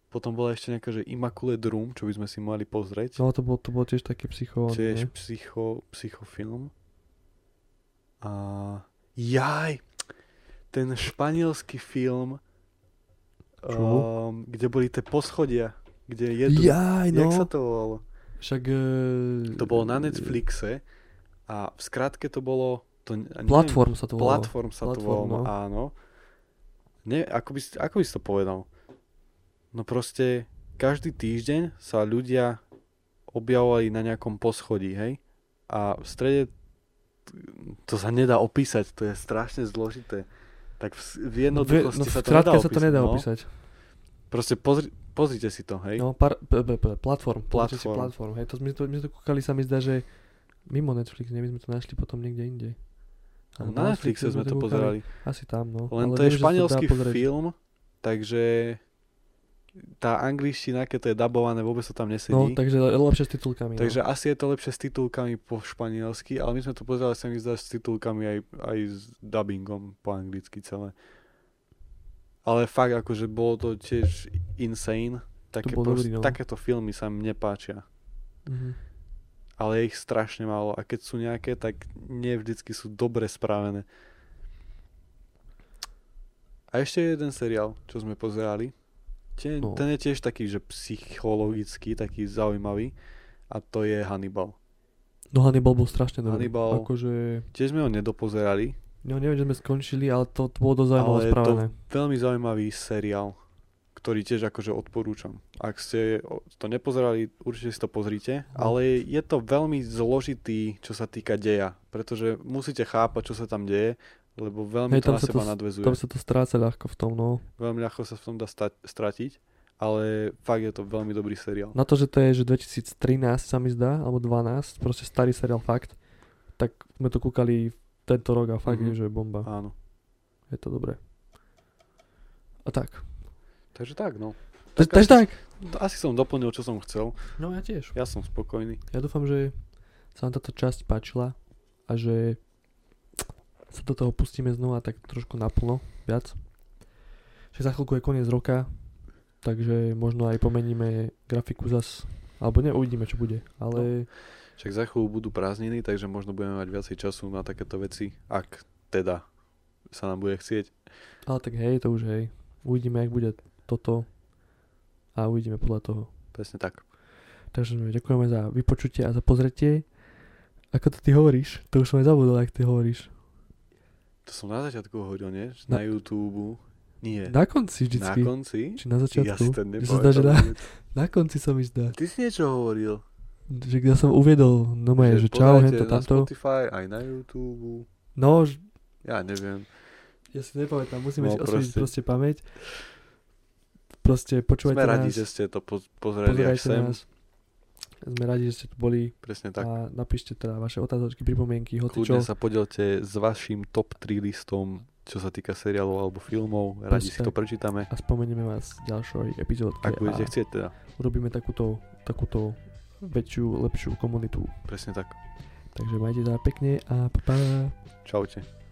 [SPEAKER 2] Potom bola ešte nejaká, že Immaculate Room, čo by sme si mali pozrieť.
[SPEAKER 1] No to bol, to bol tiež taký psycho.
[SPEAKER 2] Tiež
[SPEAKER 1] ne?
[SPEAKER 2] psycho, psychofilm. A jaj! Ten španielský film,
[SPEAKER 1] Čo?
[SPEAKER 2] um, kde boli tie poschodia, kde jedú.
[SPEAKER 1] Jaj,
[SPEAKER 2] Jak sa
[SPEAKER 1] no.
[SPEAKER 2] to volalo?
[SPEAKER 1] Však... e,
[SPEAKER 2] To bolo na Netflixe a v skratke to bolo... To, ne- neviem,
[SPEAKER 1] Platform sa to volalo.
[SPEAKER 2] Platform sa to
[SPEAKER 1] No, Platform,
[SPEAKER 2] volalo,
[SPEAKER 1] no.
[SPEAKER 2] áno. Ne, ako, by, si- ako by si to povedal? No proste každý týždeň sa ľudia objavovali na nejakom poschodí, hej? A v strede to sa nedá opísať, to je strašne zložité. Tak v, s- v
[SPEAKER 1] No, v, no, v
[SPEAKER 2] jednoduchosti sa, to nedá
[SPEAKER 1] krátke
[SPEAKER 2] opísať,
[SPEAKER 1] sa to nedá
[SPEAKER 2] no.
[SPEAKER 1] opísať.
[SPEAKER 2] Proste pozri, pozrite si to, hej?
[SPEAKER 1] No, par, p, p, p, platform. Platform. Si
[SPEAKER 2] Platform.
[SPEAKER 1] platform. Hej, to sme to, my sme to kúkali, sa mi zdá, že mimo Netflix, ne, my sme to našli potom niekde inde. Alebo
[SPEAKER 2] No, na Netflixe sme to
[SPEAKER 1] kúkali.
[SPEAKER 2] pozerali.
[SPEAKER 1] Asi tam, no.
[SPEAKER 2] Len
[SPEAKER 1] Ale
[SPEAKER 2] to je
[SPEAKER 1] viem, že sa dá
[SPEAKER 2] španielský
[SPEAKER 1] pozrieť.
[SPEAKER 2] film, takže tá angličtina, keď to je dabované, vôbec to tam nesedí.
[SPEAKER 1] No, takže le- lepšie s titulkami.
[SPEAKER 2] takže
[SPEAKER 1] no.
[SPEAKER 2] asi je to lepšie s titulkami po španielsky, ale my sme to pozerali sa mi zdá s titulkami aj, aj s dubbingom po anglicky celé. Ale fakt, akože bolo to tiež insane. Také
[SPEAKER 1] bol
[SPEAKER 2] proste,
[SPEAKER 1] dobrý, no.
[SPEAKER 2] Takéto filmy sa mne páčia.
[SPEAKER 1] Mhm.
[SPEAKER 2] Ale je ich strašne málo. A keď sú nejaké, tak nie vždycky sú dobre spravené. A ešte jeden seriál, čo sme pozerali. Ten,
[SPEAKER 1] No.
[SPEAKER 2] no. ten je tiež taký, že psychologický, taký zaujímavý. A to je Hannibal.
[SPEAKER 1] No Hannibal bol strašne dobrý.
[SPEAKER 2] Hannibal.
[SPEAKER 1] Akože,
[SPEAKER 2] Tiež sme ho nedopozerali.
[SPEAKER 1] no neviem, že sme skončili, ale to, to bolo dosť zaujímavé
[SPEAKER 2] Ale to-
[SPEAKER 1] spravené.
[SPEAKER 2] Veľmi zaujímavý seriál, ktorý tiež akože odporúčam. Ak ste o- to nepozerali, určite si to pozrite,
[SPEAKER 1] No.
[SPEAKER 2] ale je to veľmi zložitý, čo sa týka deja, pretože musíte chápať, čo sa tam deje, lebo veľmi
[SPEAKER 1] Hej,
[SPEAKER 2] hey, to
[SPEAKER 1] tam
[SPEAKER 2] na
[SPEAKER 1] sa to
[SPEAKER 2] seba
[SPEAKER 1] s-
[SPEAKER 2] nadvezuje.
[SPEAKER 1] Tam sa to stráca ľahko v tom, no.
[SPEAKER 2] Veľmi ľahko sa v tom dá sta- stratiť, ale fakt je to veľmi dobrý seriál.
[SPEAKER 1] Na to, že to je, že 2013 sa mi zdá, alebo 12, proste starý seriál fakt, tak sme to kúkali tento rok a fakt
[SPEAKER 2] Mhm.
[SPEAKER 1] je, že bomba.
[SPEAKER 2] Áno.
[SPEAKER 1] Je to dobré. A tak.
[SPEAKER 2] Takže tak, no.
[SPEAKER 1] Ta-
[SPEAKER 2] Tak
[SPEAKER 1] Takže tak.
[SPEAKER 2] Asi som doplnil, čo som chcel.
[SPEAKER 1] No ja tiež.
[SPEAKER 2] Ja som spokojný.
[SPEAKER 1] Ja dúfam, že sa vám táto časť páčila a že sa do toho pustíme znova tak trošku naplno viac. Že za chvíľku je koniec roka, takže možno aj pomeníme grafiku zas, alebo ne, uvidíme čo bude, ale
[SPEAKER 2] No. Však za chvíľu budú prázdniny, takže možno budeme mať viacej času na takéto veci, ak teda sa nám bude chcieť.
[SPEAKER 1] Ale tak hej, to už hej. Uvidíme, ak bude toto a uvidíme podľa toho.
[SPEAKER 2] Presne tak.
[SPEAKER 1] Takže my ďakujeme za vypočutie a za pozretie. Ako to ty hovoríš? To už som aj zabudol, ak ty hovoríš.
[SPEAKER 2] To som na začiatku hovoril, nie? Že
[SPEAKER 1] Na-
[SPEAKER 2] Na, YouTube. Nie.
[SPEAKER 1] Na konci
[SPEAKER 2] na
[SPEAKER 1] vždycky.
[SPEAKER 2] konci?
[SPEAKER 1] Či na
[SPEAKER 2] Ja si
[SPEAKER 1] začiatku.
[SPEAKER 2] to
[SPEAKER 1] Že sa zdá, že
[SPEAKER 2] nepamätám.
[SPEAKER 1] na,
[SPEAKER 2] vôbec.
[SPEAKER 1] na konci sa mi zdá.
[SPEAKER 2] Ty si niečo hovoril.
[SPEAKER 1] Že ja som uviedol, no moje, že, čau,
[SPEAKER 2] pozerajte
[SPEAKER 1] hento,
[SPEAKER 2] na
[SPEAKER 1] tamto.
[SPEAKER 2] Spotify, aj na YouTube.
[SPEAKER 1] No, ž-
[SPEAKER 2] Ja neviem.
[SPEAKER 1] ja si nepamätám, musíme
[SPEAKER 2] No,
[SPEAKER 1] si osvojiť
[SPEAKER 2] proste.
[SPEAKER 1] proste pamäť. Proste počúvajte
[SPEAKER 2] Sme radi,
[SPEAKER 1] nás,
[SPEAKER 2] že ste to poz- pozreli až
[SPEAKER 1] pozerajte
[SPEAKER 2] sem.
[SPEAKER 1] nás. Sme radi, že ste tu boli
[SPEAKER 2] Presne tak.
[SPEAKER 1] a napíšte teda vaše otázočky, pripomienky, hoci čo.
[SPEAKER 2] Kľudne sa podielte s vašim top 3 listom, čo sa týka seriálov alebo filmov.
[SPEAKER 1] Presne
[SPEAKER 2] Radi si to
[SPEAKER 1] tak.
[SPEAKER 2] prečítame.
[SPEAKER 1] a spomenieme vás v ďalšej epizódke
[SPEAKER 2] Ak budete
[SPEAKER 1] a
[SPEAKER 2] chcieť teda.
[SPEAKER 1] urobíme takúto, takúto väčšiu, lepšiu komunitu.
[SPEAKER 2] Presne tak.
[SPEAKER 1] Takže majte sa pekne a pa, pa.
[SPEAKER 2] Čaute.